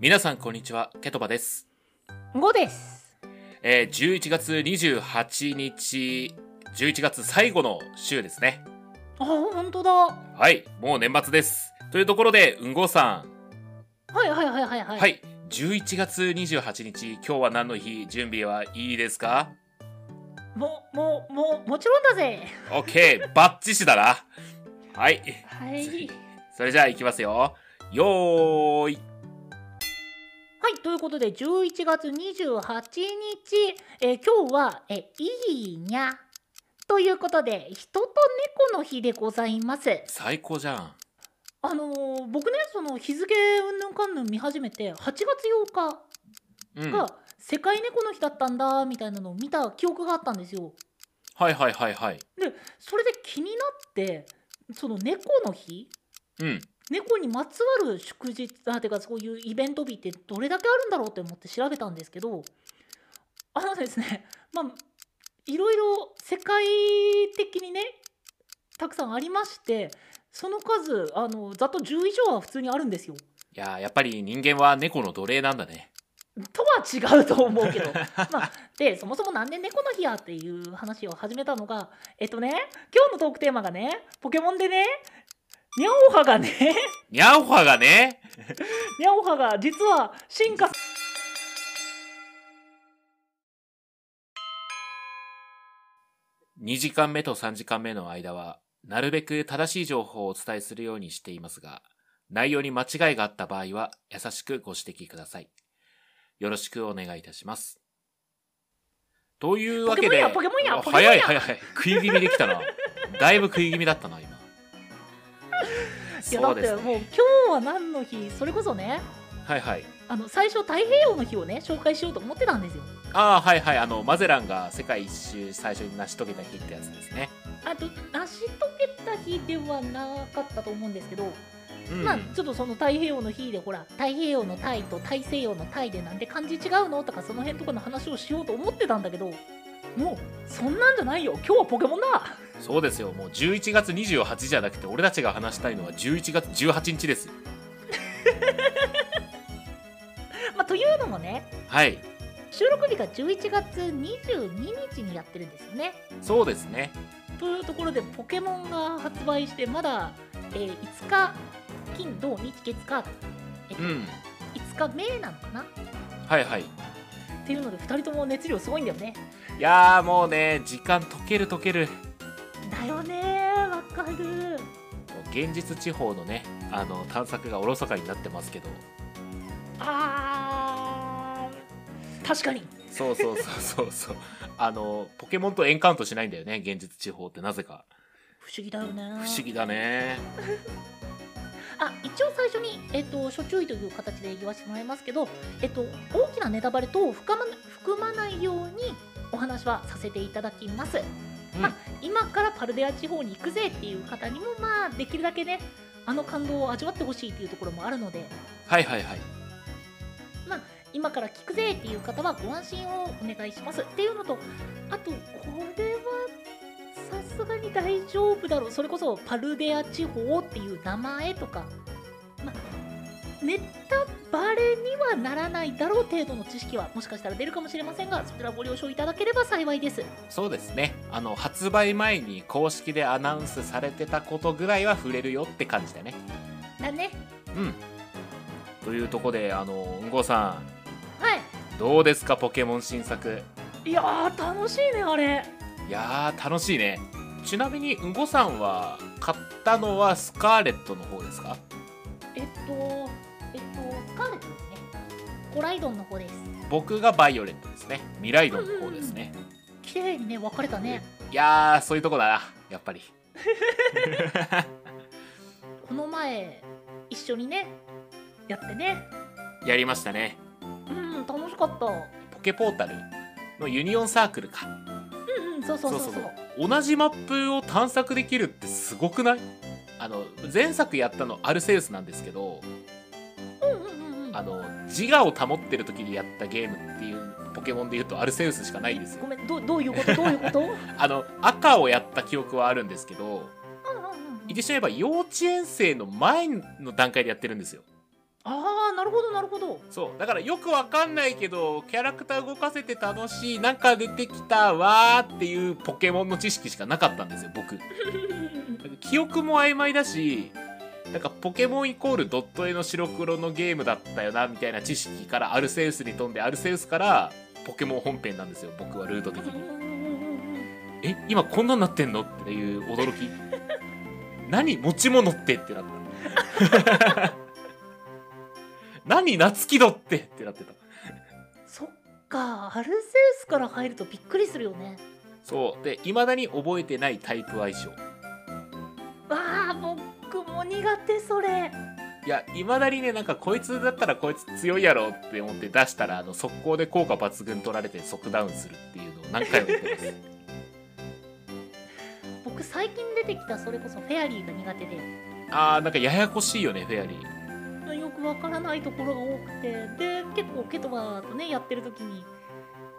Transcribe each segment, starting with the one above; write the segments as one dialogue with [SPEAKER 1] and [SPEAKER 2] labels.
[SPEAKER 1] 皆さんこんにちは、ケトバです。
[SPEAKER 2] 五です。
[SPEAKER 1] えー、11月28日、11月最後の週ですね。
[SPEAKER 2] あ、本当だ。は
[SPEAKER 1] はい、もう年末です。というところで、うんごさん。
[SPEAKER 2] いはいはいはいは。
[SPEAKER 1] はいい、11月28日、今日は何の日、準備はいいですか
[SPEAKER 2] ももももちろんだぜ。
[SPEAKER 1] ?OK、バッチシだな。はい、
[SPEAKER 2] はい。はい。
[SPEAKER 1] それじゃあ行きますよ。よーい。
[SPEAKER 2] ということで11月28日、えー今日はえいいにゃということで人と猫の日でございます。
[SPEAKER 1] 最高じゃん。
[SPEAKER 2] あのー僕ねその日付うんぬんかんぬん見始めて8月8
[SPEAKER 1] うん。
[SPEAKER 2] 日
[SPEAKER 1] は
[SPEAKER 2] が世界猫の日だったんだみたいなのを見た記憶があったんですよ。
[SPEAKER 1] いはいはいはい。
[SPEAKER 2] それで気になってその猫の日
[SPEAKER 1] うん。
[SPEAKER 2] 猫にまつわる祝日あてかそういうイベント日ってどれだけあるんだろうって思って調べたんですけどあのですね まあいろいろ世界的にねたくさんありましてその数あのざっと10以上は普通にあるんですよ。
[SPEAKER 1] いやー、やっぱり人間は猫の奴隷なんだね。
[SPEAKER 2] とは違うと思うけどまあでそもそもなんで猫の日やっていう話を始めたのがえっとね今日のトークテーマがねポケモンでねニャオハがね
[SPEAKER 1] ニャオハがね、
[SPEAKER 2] ニャオハが実は進化
[SPEAKER 1] 2時間目と3時間目の間は、なるべく正しい情報をお伝えするようにしていますが、内容に間違いがあった場合は、優しくご指摘ください。よろしくお願いいたします。というわけで、
[SPEAKER 2] ポケモンやポケモンや
[SPEAKER 1] あ
[SPEAKER 2] ポケモンや
[SPEAKER 1] 早い早い早い。食い気味できたな。だいぶ食い気味だった な、今。
[SPEAKER 2] いやだ
[SPEAKER 1] そう
[SPEAKER 2] っ
[SPEAKER 1] で
[SPEAKER 2] て
[SPEAKER 1] す
[SPEAKER 2] もう
[SPEAKER 1] ね。
[SPEAKER 2] 今日は何の日それこそね
[SPEAKER 1] はいはい。
[SPEAKER 2] あの最初太平洋の日をね紹介しようと思ってたんですよ
[SPEAKER 1] ああ、はいはい。あの、マゼランが世界一周最初に成し遂げた日ってやつですね。
[SPEAKER 2] あと成し遂げた日ではなかったと思うんですけど、
[SPEAKER 1] うん。
[SPEAKER 2] まあちょっとその太平洋の日でほら太平洋のタイと大西洋のタイでなんで漢字違うのとかその辺とかの話をしようと思ってたんだけどもうそんなんじゃないよ今日はポケモンだ
[SPEAKER 1] そうですよもう11月28じゃなくて俺たちが話したいのは11月18日です
[SPEAKER 2] まあというのもね
[SPEAKER 1] はい
[SPEAKER 2] 収録日が11月22日にやってるんですよね
[SPEAKER 1] そうですね
[SPEAKER 2] というところでポケモンが発売してまだ、えー5日金土日月火
[SPEAKER 1] うん
[SPEAKER 2] 5日目なのかなっ
[SPEAKER 1] はいはいい
[SPEAKER 2] ていうので2人とも熱量すごいんだよね
[SPEAKER 1] やーもうね時間溶ける溶けるも
[SPEAKER 2] だよねーわかる
[SPEAKER 1] う現実地方のねあの探索がおろそかになってますけど
[SPEAKER 2] あー確かに
[SPEAKER 1] そうそうそうそうそう あのポケモンとエンカウントしないんだよね現実地方ってなぜか
[SPEAKER 2] 不思議だよね
[SPEAKER 1] 不思議だね
[SPEAKER 2] あ一応最初に、えっと初注意という形で言わせてもらいますけど、えっと大きなネタバレ等を含ま含まないようにお話はさせていただきます、
[SPEAKER 1] うん
[SPEAKER 2] まあ、今からパルデア地方に行くぜっていう方にも、まあ、できるだけねあの感動を味わってほしいというところもあるので
[SPEAKER 1] はいはいはい
[SPEAKER 2] 今から聞くぜっていう方はご安心をお願いしますっていうのとあとこれはさすがに大丈夫だろうそれこそパルデア地方っていう名前とか、ま、ネタバレにはならないだろう程度の知識はもしかしたら出るかもしれませんがそちらご了承いただければ幸いです
[SPEAKER 1] そうですねあの発売前に公式でアナウンスされてたことぐらいは触れるよって感じだね
[SPEAKER 2] だね
[SPEAKER 1] うん。というとこで、あの、うんごさ
[SPEAKER 2] はい
[SPEAKER 1] ん、どうですか、ポケモン新作。
[SPEAKER 2] いやー楽しいねあれ
[SPEAKER 1] いやー、楽しいね。ちなみに、うんごさんは、買ったのはスカーレットの方ですか
[SPEAKER 2] えっとえっとスカーレットですねコライドンの方です
[SPEAKER 1] 僕がバイオレットですね。ミライドの方ですね。
[SPEAKER 2] 綺麗にね分かれたね
[SPEAKER 1] いやー、そういうとこだな、やっぱり。
[SPEAKER 2] この前一緒にねやってね
[SPEAKER 1] やりましたね。
[SPEAKER 2] うん楽しかったう
[SPEAKER 1] ポケポータルのユニオンサークルか。
[SPEAKER 2] んうんそうそうそうそう
[SPEAKER 1] そうそう同じマップを探索できるってすごくないあの、前作やったのアルセウスなんですけど、
[SPEAKER 2] うんうんうんうん
[SPEAKER 1] あの自我を保ってる時にやったゲームっていうポケモンで言うとアルセウスしかないんですよ
[SPEAKER 2] ごめんどうどういう ことどういうことうんうん
[SPEAKER 1] あの赤をやった記憶はあるんですけど
[SPEAKER 2] うんうん
[SPEAKER 1] 言ってしまえば幼稚園生の前の段階でやってるんですよ
[SPEAKER 2] ああなるほどなるほど
[SPEAKER 1] そうだからよくわかんないけどキャラクター動かせて楽しいなんか出てきたわーっていうポケモンの知識しかなかったんですよ僕なんか記憶も曖昧だしなんかポケモンイコールドット絵の白黒のゲームだったよなみたいな知識からアルセウスに飛んでアルセウスからポケモン本編なんですよ僕はルート的に え今こんなんなってんのっていう驚き何持ち物ってってなった 何夏木戸ってってなってた
[SPEAKER 2] そっかアルセウスから入るとびっくりするよね
[SPEAKER 1] そうで未だに覚えてないタイプ相性
[SPEAKER 2] わあ僕も苦手それ
[SPEAKER 1] いや未だにねなんかこいつだったらこいつ強いやろって思って出したらあの速攻で効果抜群取られて即ダウンするっていうのを何回も言ってます
[SPEAKER 2] 僕最近出てきたそれこそフェアリーが苦手で
[SPEAKER 1] あーなんかややこしいよねフェアリー
[SPEAKER 2] よくわからないところが多くてで結構ケトバとねやってる時に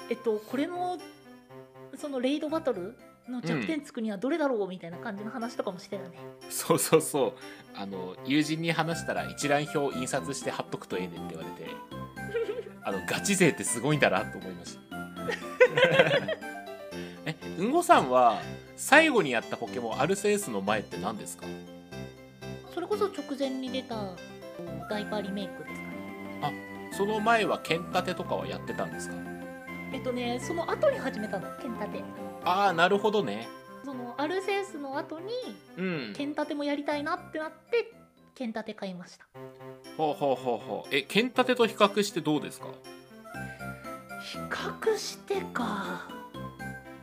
[SPEAKER 2] えっとこれのそのレイドバトルの弱点つくにはどれだろうみたいな感じの話とかもしてたね、
[SPEAKER 1] そうそうそうあの友人に話したら一覧表を印刷して貼っとくとええねんって言われてあのガチ勢ってすごいんだなと思いま したえうんごさんは最後にやったポケモンアルセウスの前って何ですか
[SPEAKER 2] それこそ直前に出たダイパーリメイクですかね
[SPEAKER 1] その前は剣立てとかはやってたんですか
[SPEAKER 2] えっとねその後に始めたの剣立て
[SPEAKER 1] ああなるほどね
[SPEAKER 2] そのアルセウスの後に
[SPEAKER 1] うん
[SPEAKER 2] 剣立てもやりたいなってなって剣立て買いました
[SPEAKER 1] ほうほうほうほうえ剣立てと比較してどうですか
[SPEAKER 2] 比較してか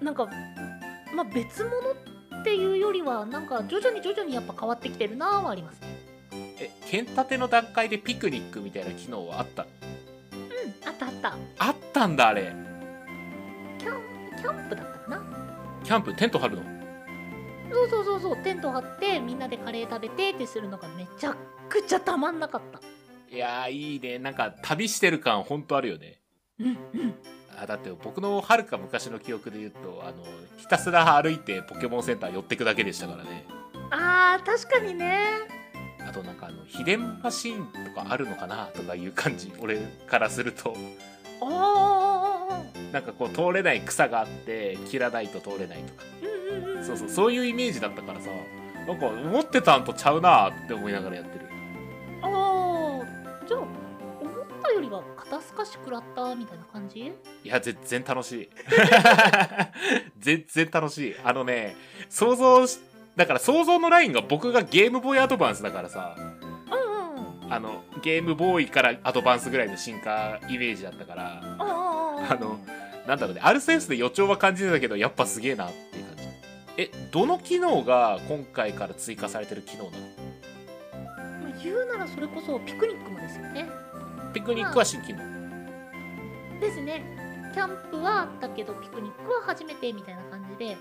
[SPEAKER 2] なんかまあ別物っていうよりはなんか徐々に徐々にやっぱ変わってきてるなぁはありますね
[SPEAKER 1] え剣立ての段階でピクニックみたいな機能はあった
[SPEAKER 2] うんあったあった
[SPEAKER 1] あったんだあれ
[SPEAKER 2] キャンキャンプだったかな
[SPEAKER 1] キャンプテント張るの
[SPEAKER 2] そうそうそうそうテント張ってみんなでカレー食べてってするのがめちゃくちゃたまんなかった
[SPEAKER 1] いやーいいねなんか旅してる感ほんとあるよね
[SPEAKER 2] うんうん
[SPEAKER 1] あだって僕のはるか昔の記憶で言うとあのひたすら歩いてポケモンセンター寄ってくだけでしたからね
[SPEAKER 2] あー確かにね
[SPEAKER 1] あとなんかあの秘伝マシーンとかあるのかなとかいう感じ俺からすると
[SPEAKER 2] おーおーおーおー
[SPEAKER 1] なんかこう通れない草があって切らないと通れないとか
[SPEAKER 2] うんうんうん
[SPEAKER 1] そうそうそういうイメージだったからさなんか思ってたんとちゃうなーって思いながらやってる
[SPEAKER 2] ああじゃあ思ったよりは肩透かし食らったみたいな感じ
[SPEAKER 1] いや、全然楽しい。 全然楽しい。あのね、想像し、だから想像のラインが僕がゲームボーイアドバンスだからさ、
[SPEAKER 2] うんうんうん
[SPEAKER 1] あの、ゲームボーイからアドバンスぐらいの進化イメージだったから、あ
[SPEAKER 2] あ
[SPEAKER 1] のなんだろうね、アルセウスで予兆は感じてたけど、やっぱすげえなっていう感じ。え、どの機能が今回から追加されてる機能な
[SPEAKER 2] 言うならそれこそピクニックもですよね
[SPEAKER 1] のピクニックは新機能。
[SPEAKER 2] ですねキャンプはあったけどピクニックは初めてみたいな感じで、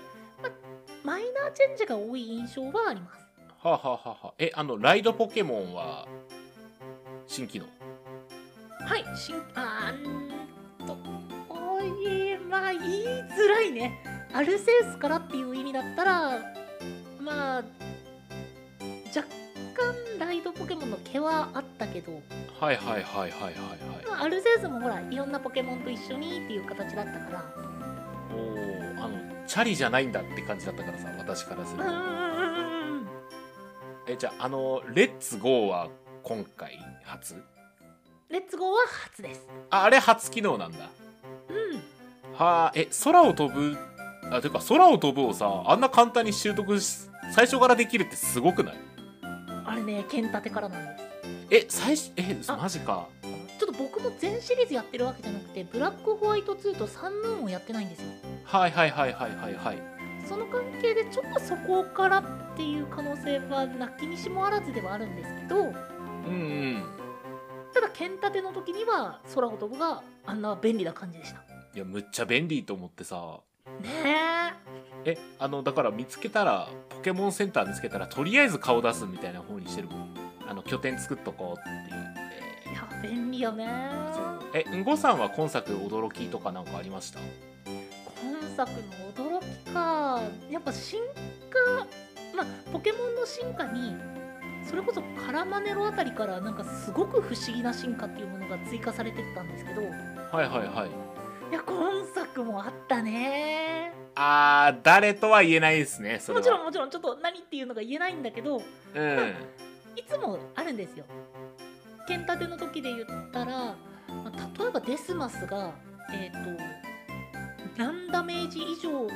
[SPEAKER 2] ま、マイナーチェンジが多い印象はあります
[SPEAKER 1] はあ、はあはあはあ、え、あの、ライドポケモンは、新機能。
[SPEAKER 2] はい新あーんとおいまあ言いづらいねアルセウスからっていう意味だったらまあ若干ライドポケモンの毛はあったけど、
[SPEAKER 1] はいはいはいはいはいはい。
[SPEAKER 2] まあ、アルセウスもほらいろんなポケモンと一緒にっていう形だったから
[SPEAKER 1] おおあのチャリじゃないんだって感じだったからさ私からするとえじゃああの「レッツゴー」は今回初
[SPEAKER 2] レッツゴーは初です。
[SPEAKER 1] ああれ初機能なんだ
[SPEAKER 2] うん。
[SPEAKER 1] はあえ空を飛ぶあていうか空を飛ぶをさあんな簡単に習得し最初からできるってすごくない
[SPEAKER 2] あれね、剣立てからなんです。
[SPEAKER 1] え最初え
[SPEAKER 2] あ
[SPEAKER 1] マジか
[SPEAKER 2] ちょっと僕も全シリーズやってるわけじゃなくて、ブラックホワイト2とサンヌーンをやってないんですよ。
[SPEAKER 1] はいはいはいはいはいはい
[SPEAKER 2] その関係で、ちょっとそこからっていう可能性はなきにしもあらずではあるんですけど、
[SPEAKER 1] うんうん
[SPEAKER 2] ただ剣立ての時には空を飛ぶがあんな便利な感じでした。
[SPEAKER 1] いやむっちゃ便利と思ってさ
[SPEAKER 2] ね
[SPEAKER 1] えあのだから見つけたらポケモンセンター見つけたらとりあえず顔出すみたいな方にしてるもんあの拠点作っとこうっていう
[SPEAKER 2] え。いや、便利よね。
[SPEAKER 1] そうえうんごさんは今作驚きとかなんかありました
[SPEAKER 2] 今作の驚きかやっぱ進化まあポケモンの進化にそれこそカラマネロあたりからなんかすごく不思議な進化っていうものが追加されてったんですけどい
[SPEAKER 1] はいはいはい
[SPEAKER 2] や今作もあったね
[SPEAKER 1] あー誰とは言えないですねそれは
[SPEAKER 2] もちろんもちろんちょっと何っていうのが言えないんだけど
[SPEAKER 1] うん
[SPEAKER 2] いつもあるんですよ。剣立ての時で言ったら、まあ例えばデスマスが、えー、と何ダメージ以上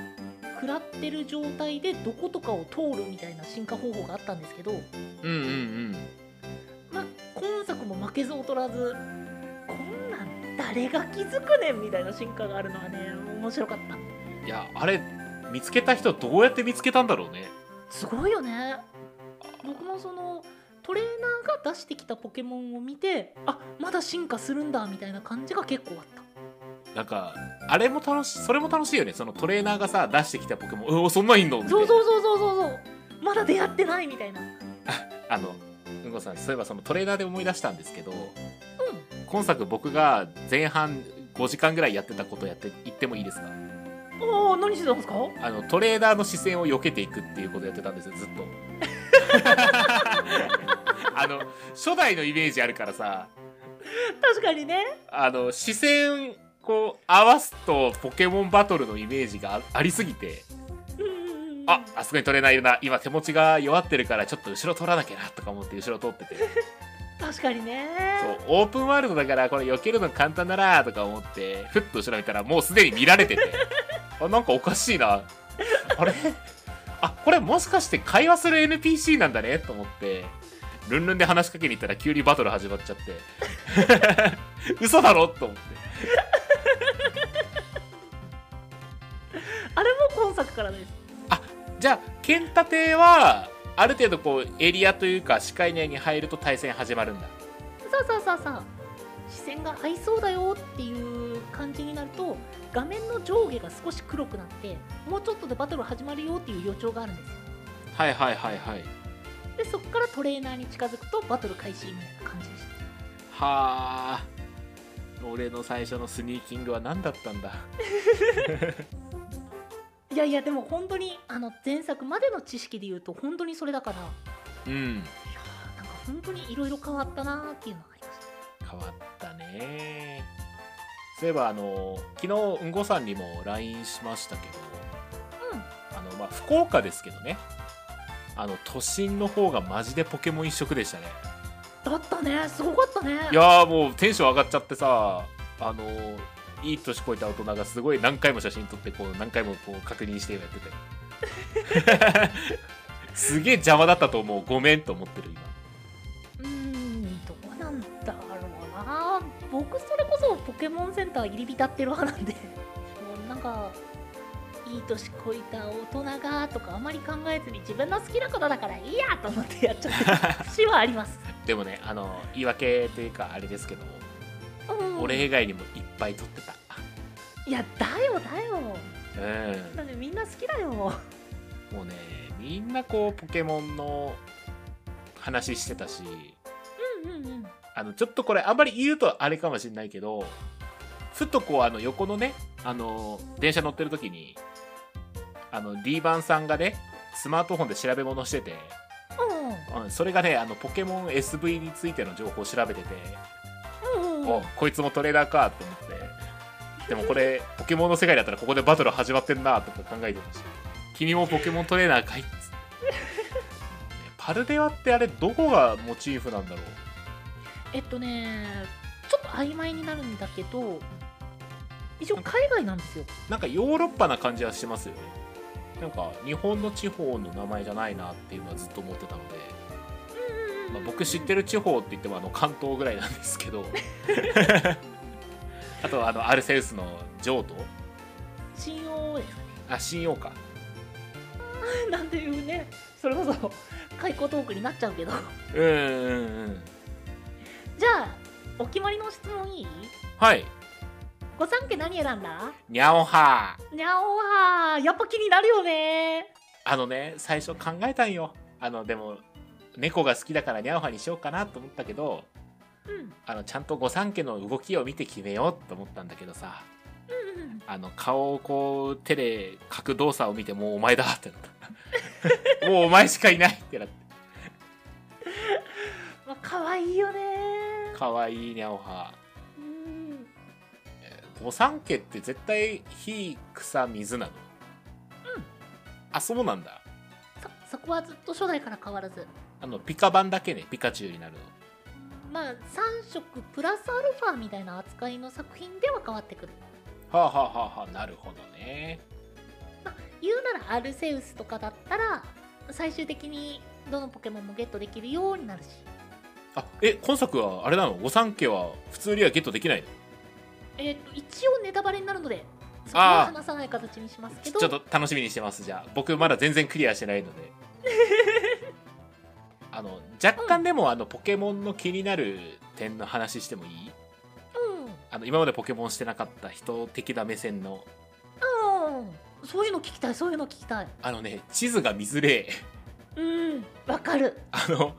[SPEAKER 2] 食らってる状態でどことかを通るみたいな進化方法があったんですけど、
[SPEAKER 1] うんうんうん
[SPEAKER 2] まあ、今作も負けず劣らずこんなん誰が気づくねんみたいな進化があるのはね面白かった
[SPEAKER 1] いやあれ見つけた人どうやって見つけたんだろうね
[SPEAKER 2] すごいよね僕もそのトレーナーが出してきたポケモンを見てあまだ進化するんだみたいな感じが結構あった
[SPEAKER 1] なんかあれも楽しそれも楽しいよねそのトレーナーがさ出してきたポケモンうおそんなんいんのみたい
[SPEAKER 2] そ
[SPEAKER 1] な
[SPEAKER 2] うそうそうそうそうそうまだ出会ってないみたいなうん
[SPEAKER 1] あのうんこさんそういえばそのトレーナーで思い出したんですけど今作僕が前半5時間ぐらいやってたことやって言ってもいいですか
[SPEAKER 2] おお何してたんですか
[SPEAKER 1] あのトレーナーの視線を避けていくっていうことやってたんですよずっとあの初代のイメージあるからさ
[SPEAKER 2] 確かにね
[SPEAKER 1] あの視線こう合わすとポケモンバトルのイメージがあありすぎて
[SPEAKER 2] うんうんうんうん
[SPEAKER 1] ああそこにトレーナーいるな今手持ちが弱ってるからちょっと後ろ取らなきゃなとか思って後ろ取ってて
[SPEAKER 2] 確かにね
[SPEAKER 1] そうオープンワールドだからこれ避けるの簡単だなとか思ってふっと後ろ見たらもうすでに見られてて あなんかおかしいなあれあこれもしかして会話する NPC なんだねと思ってルンルンで話しかけに行ったら急にバトル始まっちゃって嘘だろと思って
[SPEAKER 2] あれも今作からです
[SPEAKER 1] じゃあ剣立てはある程度こうエリアというか視界内に入ると対戦始まるんだ
[SPEAKER 2] さあさあさあさあ視線が合いそうだよっていう感じになると画面の上下が少し黒くなってもうちょっとでバトル始まるよっていう予兆があるんですよ
[SPEAKER 1] はいはいはいはい
[SPEAKER 2] でそこからトレーナーに近づくとバトル開始みたいな感じでした
[SPEAKER 1] はあ俺の最初のスニーキングは何だったんだ
[SPEAKER 2] いやいやでも本当にあの前作までの知識で言うと本当にそれだからい
[SPEAKER 1] うん
[SPEAKER 2] やーなんか本当にいろいろ変わったなーっていうのがありました
[SPEAKER 1] 変わったねそういえばあの昨日うんごさんにも LINE しましたけど
[SPEAKER 2] うん
[SPEAKER 1] あのまあ福岡ですけどねあの都心の方がマジでポケモン一色でしたね
[SPEAKER 2] だったねすごかったね
[SPEAKER 1] いやーもうテンション上がっちゃってさあのいい年越えた大人がすごい何回も写真撮ってこう何回もこう確認してやってて すげえ邪魔だったと思うごめんと思ってる今
[SPEAKER 2] うーんどうなんだろうな僕それこそポケモンセンター入り浸ってる派なんでもうなんかいい年こいた大人がとかあまり考えずに自分の好きなことだからいいやと思ってやっちゃってる節はあります、
[SPEAKER 1] でもねあの言い訳というかあれですけど
[SPEAKER 2] う ん、
[SPEAKER 1] 俺
[SPEAKER 2] い
[SPEAKER 1] 以外にもいっぱい撮ってた
[SPEAKER 2] やだよだよ
[SPEAKER 1] う
[SPEAKER 2] なんでみんな好きだよ
[SPEAKER 1] んもうねみんなこうポケモンの話してたし
[SPEAKER 2] うんうんうん
[SPEAKER 1] あのちょっとこれあんまり言うとあれかもしれないけどふとこうあの横のねあの電車乗ってる時にあの D 番さんがねスマートフォンで調べ物してて、うん、それがねあのポケモン SV についての情報を調べてて、
[SPEAKER 2] うんうん
[SPEAKER 1] おこいつもトレーダーかと思ってでもこれポケモンの世界だったらここでバトル始まってんなとか考えてました君もポケモントレーナーかいっつってねパルデワってあれどこがモチーフなんだろう
[SPEAKER 2] えっとねちょっと曖昧になるんだけど一応海外なんですよ
[SPEAKER 1] なんかヨーロッパな感じはしますよね。なんか日本の地方の名前じゃないなっていうのはずっと思ってたので、まあ、僕知ってる地方って言ってもあの関東ぐらいなんですけど あとはあのアルセウスの譲渡
[SPEAKER 2] 新王ですか
[SPEAKER 1] あ新王か
[SPEAKER 2] ね なんていうねそれこそ開口トークになっちゃうけど
[SPEAKER 1] うんうんうん
[SPEAKER 2] じゃあお決まりの質問いい
[SPEAKER 1] はい
[SPEAKER 2] ご三家何選んだ
[SPEAKER 1] にゃおは
[SPEAKER 2] にゃおはやっぱ気になるよね
[SPEAKER 1] あのね最初考えたんよあのでも猫が好きだからにゃおはにしようかなと思ったけど
[SPEAKER 2] うん
[SPEAKER 1] あのちゃんと御三家の動きを見て決めようと思ったんだけどさ
[SPEAKER 2] うんうん
[SPEAKER 1] あの顔をこう手で描く動 作を見てもうお前だってなったもうお前しかいないってなって
[SPEAKER 2] 可愛いよね
[SPEAKER 1] かわいいにゃおは
[SPEAKER 2] うん
[SPEAKER 1] 御三家って絶対火草水なの
[SPEAKER 2] うん
[SPEAKER 1] あそうなんだ
[SPEAKER 2] そそこはずっと初代から変わらず
[SPEAKER 1] あのピカ版だけねピカチュウになるの
[SPEAKER 2] まあ3色プラスアルファみたいな扱いの作品では変わってくる
[SPEAKER 1] はあはあはあはあなるほどね
[SPEAKER 2] 言うならアルセウスとかだったら最終的にどのポケモンもゲットできるようになるし
[SPEAKER 1] あえ今作はあれなの御三家は普通にはゲットできないの
[SPEAKER 2] えっ、と一応ネタバレになるのでそこは話さない形にしますけ
[SPEAKER 1] ち
[SPEAKER 2] ど
[SPEAKER 1] ちょっと楽しみにしてますじゃあ僕まだ全然クリアしてないのであの若干でもあのポケモンの気になる点の話してもいい
[SPEAKER 2] うん
[SPEAKER 1] あの今までポケモンしてなかった人的な目線の
[SPEAKER 2] うんそういうの聞きたいそういうの聞きたい
[SPEAKER 1] あのね地図が見づれえ
[SPEAKER 2] うんわかる
[SPEAKER 1] あの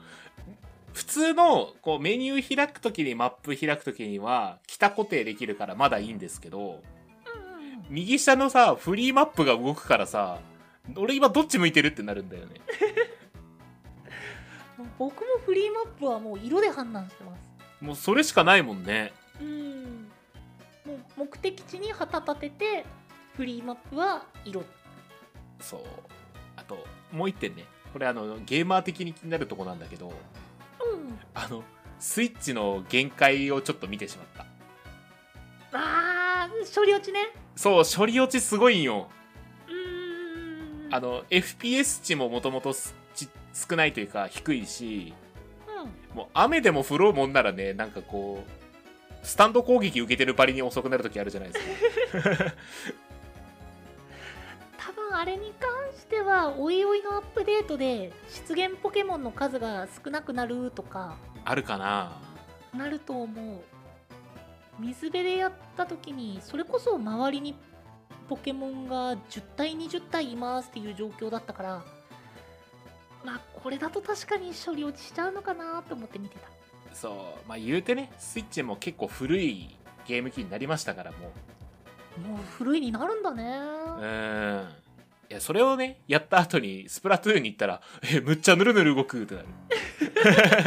[SPEAKER 1] 普通のこうメニュー開くときにマップ開くときには北固定できるからまだいいんですけど
[SPEAKER 2] うん
[SPEAKER 1] 右下のさフリーマップが動くからさ俺今どっち向いてるってなるんだよね
[SPEAKER 2] 僕もフリーマップはもう色で判断してます
[SPEAKER 1] もうそれしかないもんね
[SPEAKER 2] うんもう目的地に旗立ててフリーマップは色
[SPEAKER 1] そうあともう一点ねこれあのゲーマー的に気になるとこなんだけど
[SPEAKER 2] うん
[SPEAKER 1] あのスイッチの限界をちょっと見てしまった
[SPEAKER 2] あー処理落ちね
[SPEAKER 1] そう処理落ちすごいんよ
[SPEAKER 2] うん
[SPEAKER 1] あの FPS 値ももともとすち少ないというか低いし
[SPEAKER 2] う
[SPEAKER 1] もう雨でも降ろうもんならねなんかこうスタンド攻撃受けてるパリに遅くなる時あるじゃないですか
[SPEAKER 2] ん、多分あれに関してはおいおいのアップデートで出現ポケモンの数が少なくなるとか
[SPEAKER 1] あるかな
[SPEAKER 2] なると思う水辺でやった時にそれこそ周りにポケモンが10体20体いますっていう状況だったからまあこれだと確かに処理落ちしちゃうのかなと思って見てた
[SPEAKER 1] そうまあ言うてねスイッチも結構古いゲーム機になりましたからもう
[SPEAKER 2] もう古いになるんだね
[SPEAKER 1] うーんいやそれをねやった後にスプラトゥーンに行ったら「えむっちゃぬるぬる動く」ってなる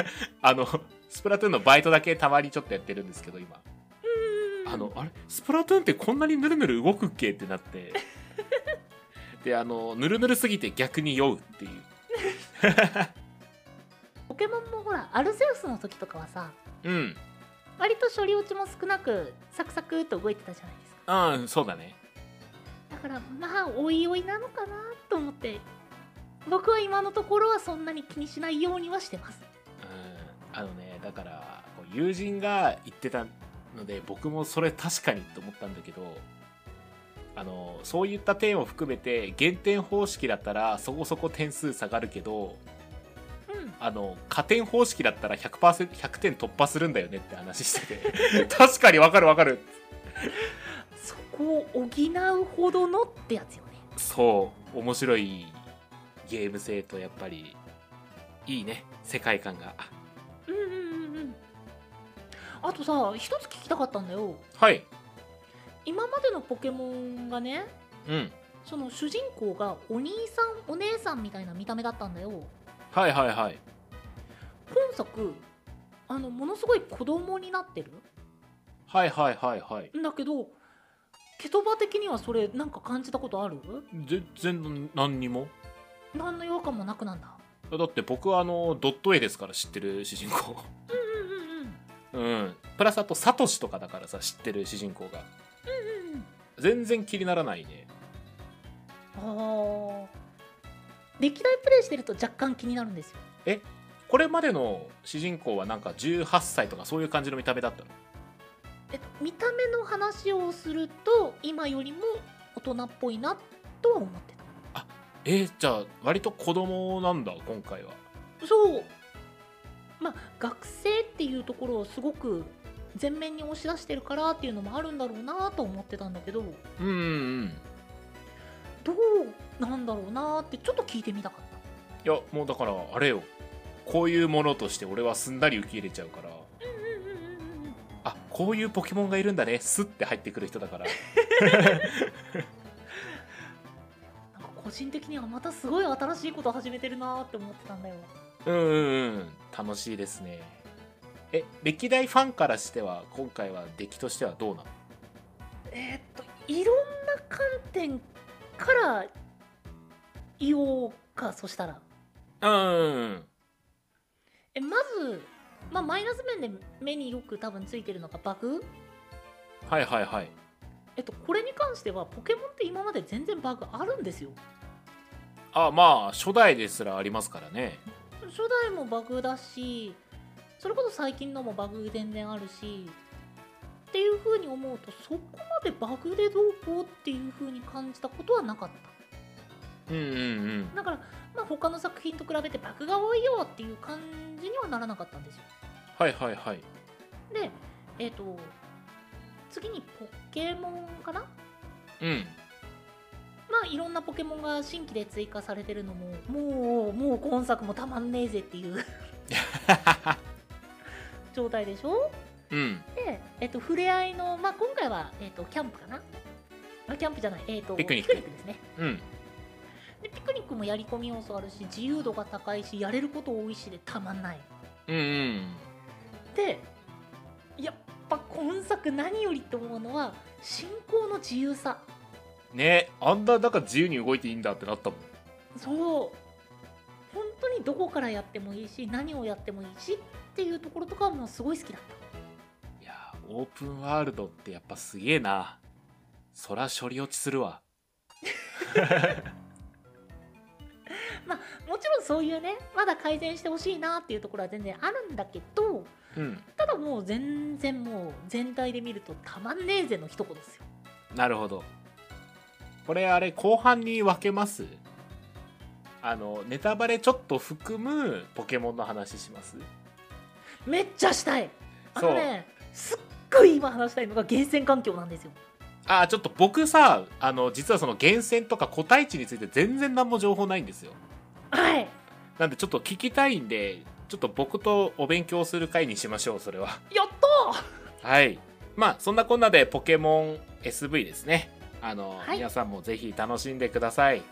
[SPEAKER 1] あのスプラトゥーンのバイトだけたまにちょっとやってるんですけど今あのあれスプラトゥーンってこんなにぬるぬる動くっけってなってであのぬるぬるすぎて逆に酔うっていう
[SPEAKER 2] ポケモンもほらアルセウスの時とかはさ
[SPEAKER 1] うん
[SPEAKER 2] 割と処理落ちも少なくサクサクっと動いてたじゃないですか
[SPEAKER 1] うんそうだね
[SPEAKER 2] だからまあおいおいなのかなと思って僕は今のところはそんなに気にしないようにはしてます
[SPEAKER 1] うんあのねだからこう友人が言ってたので僕もそれ確かにと思ったんだけどあのそういった点を含めて減点方式だったらそこそこ点数下がるけど
[SPEAKER 2] うん
[SPEAKER 1] あの加点方式だったら 100%, 100点突破するんだよねって話して て確かにわかるわかる
[SPEAKER 2] そこを補うほどのってやつよね
[SPEAKER 1] そう面白いゲーム性とやっぱりいいね世界観が
[SPEAKER 2] うんうんうんうんあとさ一つ聞きたかったんだよ
[SPEAKER 1] はい
[SPEAKER 2] 今までのポケモンがね
[SPEAKER 1] うん
[SPEAKER 2] その主人公がお兄さんお姉さんみたいな見た目だったんだよ
[SPEAKER 1] はいはいはい
[SPEAKER 2] 今作あのものすごい子供になってる
[SPEAKER 1] はいはいはいはい
[SPEAKER 2] んだけどケトバ的にはそれなんか感じたことある
[SPEAKER 1] 全然何にも
[SPEAKER 2] 何の違和感もなくなんだ
[SPEAKER 1] だって僕はあのドット絵ですから知ってる主人公
[SPEAKER 2] うんうんうん
[SPEAKER 1] うんプラスあとサトシとかだからさ知ってる主人公が
[SPEAKER 2] うんうん
[SPEAKER 1] 全然気にならないね
[SPEAKER 2] ああ歴代プレイしてると若干気になるんですよ
[SPEAKER 1] これまでの主人公はなんか18歳とかそういう感じの見た目だったの
[SPEAKER 2] えっと見た目の話をすると今よりも大人っぽいなとは思って
[SPEAKER 1] えーじゃあ割と子供なんだ今回は
[SPEAKER 2] たそうまあ学生っていうところをすごく前面に押し出してるからっていうのもあるんだろうなと思ってたんだけど
[SPEAKER 1] うんうんうん
[SPEAKER 2] どうなんだろうなってちょっと聞いてみたかった
[SPEAKER 1] いやもうだからあれよこういうものとして俺はすんなり受け入れちゃうからあこういうポケモンがいるんだねスッて入ってくる人だから
[SPEAKER 2] なんか個人的にはまたすごい新しいことを始めてるなって思ってたんだよ
[SPEAKER 1] うんうんうん楽しいですねえ歴代ファンからしては今回は出来としてはどうなの
[SPEAKER 2] えーっといろんな観点から言おうかそしたら
[SPEAKER 1] うん
[SPEAKER 2] えまず、まあ、マイナス面で目によく多分ついてるのがバグ
[SPEAKER 1] はいはいはい
[SPEAKER 2] えっとこれに関してはポケモンって今まで全然バグあるんですよ
[SPEAKER 1] あまあ初代ですらありますからね
[SPEAKER 2] 初代もバグだしそれこそ最近のもバグ全然あるしっていう風に思うとそこまでバグでどうこうっていう風に感じたことはなかった
[SPEAKER 1] うんうんうん
[SPEAKER 2] だから、まあ、他の作品と比べてバグが多いよっていう感じにはならなかったんですよ。
[SPEAKER 1] はいはいはい
[SPEAKER 2] で、えっ、と、次にポケモンかな
[SPEAKER 1] うん
[SPEAKER 2] まあ、いろんなポケモンが新規で追加されてるのも、もう、もう今作もたまんねえぜっていう 状態でしょ
[SPEAKER 1] うん
[SPEAKER 2] で、えっ、と、触れ合いの、まあ、今回は、えっ、と、キャンプかなあキャンプじゃない、えっ、と、
[SPEAKER 1] ピクニック
[SPEAKER 2] ですね。
[SPEAKER 1] うん
[SPEAKER 2] で、ピクニックもやり込み要素あるし、自由度が高いし、やれること多いしでたまんない。
[SPEAKER 1] うんうん
[SPEAKER 2] でやっぱ今作何よりと思うのは進行の自由さ
[SPEAKER 1] ねあんななんか自由に動いていいんだってなったもん
[SPEAKER 2] そう本当にどこからやってもいいし何をやってもいいしっていうところとかはもうすごい好きだった
[SPEAKER 1] いやーオープンワールドってやっぱすげえなそら処理落ちするわ
[SPEAKER 2] もちろんそういうねまだ改善してほしいなっていうところは全然あるんだけど
[SPEAKER 1] うん
[SPEAKER 2] ただもう全然もう全体で見るとたまんねえぜの一言ですよ
[SPEAKER 1] なるほどこれあれ後半に分けますあのネタバレちょっと含むポケモンの話します
[SPEAKER 2] めっちゃしたいあの
[SPEAKER 1] そう
[SPEAKER 2] ねすっごい今話したいのが厳選環境なんですよ
[SPEAKER 1] あーちょっと僕さあの実はその源泉とか個体値について全然何も情報ないんですよ
[SPEAKER 2] はい
[SPEAKER 1] なんでちょっと聞きたいんでちょっと僕とお勉強する回にしましょうそれは
[SPEAKER 2] やったー
[SPEAKER 1] はい。まあ、そんなこんなでポケモン SV ですね。あの、
[SPEAKER 2] はい
[SPEAKER 1] 皆さんもぜひ楽しんでください。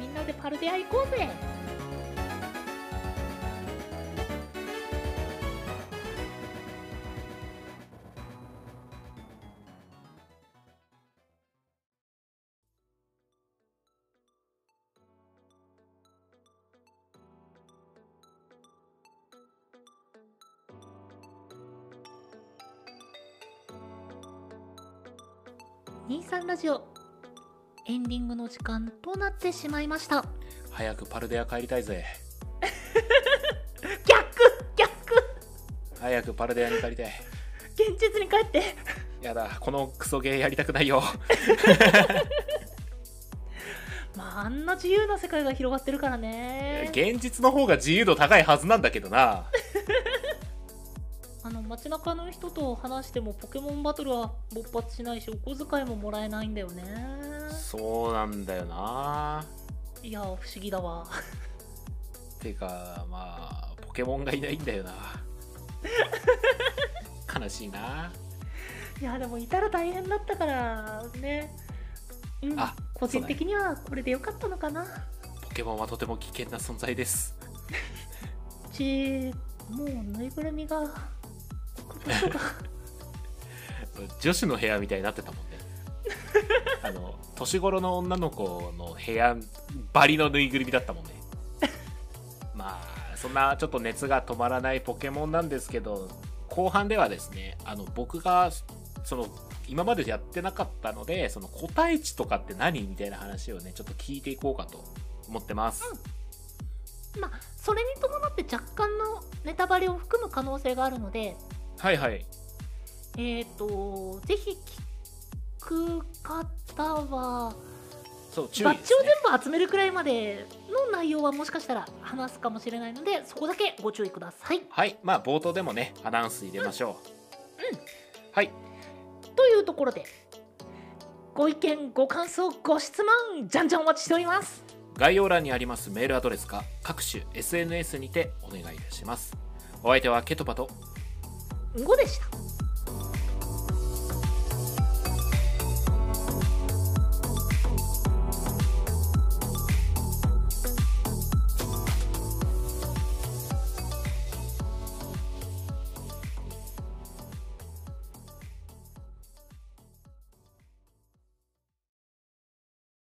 [SPEAKER 2] みんなでパルデア行こうぜ23ラジオエンディングの時間となってしまいました
[SPEAKER 1] 早くパルデア帰りたいぜ。
[SPEAKER 2] 逆逆
[SPEAKER 1] 早くパルデアに帰りたい。
[SPEAKER 2] 現実に帰って
[SPEAKER 1] やだ、このクソゲーやりたくないよ。
[SPEAKER 2] まああんな自由な世界が広がってるからね
[SPEAKER 1] 現実の方が自由度高いはずなんだけどな。
[SPEAKER 2] あの街中の人と話してもポケモンバトルは勃発しないしお小遣いももらえないんだよね
[SPEAKER 1] そうなんだよな。
[SPEAKER 2] いや不思議だわ
[SPEAKER 1] てか、まあ、ポケモンがいないんだよな。悲しいな。
[SPEAKER 2] いやでもいたら大変だったからねうん
[SPEAKER 1] あ
[SPEAKER 2] 個人的にはこれでよかったのかな、
[SPEAKER 1] ポケモンはとても危険な存在です。
[SPEAKER 2] ちもうぬいぐるみがここ そが
[SPEAKER 1] 女子の部屋みたいになってたもんね あの年頃の女の子の部屋バリのぬいぐるみだった もんねまあそんなちょっと熱が止まらないポケモンなんですけど後半ではですねあの僕がその今までやってなかったのでその個体値とかって何みたいな話をねちょっと聞いていこうかと思ってます、
[SPEAKER 2] まあそれに伴って若干のネタバレを含む可能性があるので
[SPEAKER 1] はいはい
[SPEAKER 2] えっ、とぜひ聞く方は、
[SPEAKER 1] そう注意
[SPEAKER 2] バ
[SPEAKER 1] で
[SPEAKER 2] ッ
[SPEAKER 1] す
[SPEAKER 2] ジを
[SPEAKER 1] ね
[SPEAKER 2] 全部集めるくらいまでの内容はもしかしたら話すかもしれないのでそこだけご注意ください。
[SPEAKER 1] はいまあ冒頭でもねアナウンス入れましょう、はい
[SPEAKER 2] というところでご意見ご感想ご質問じゃんじゃんお待ちしております。
[SPEAKER 1] 概要欄にありますメールアドレスか各種 SNS にてお願いいたしますお相手はケトパと
[SPEAKER 2] 5でした。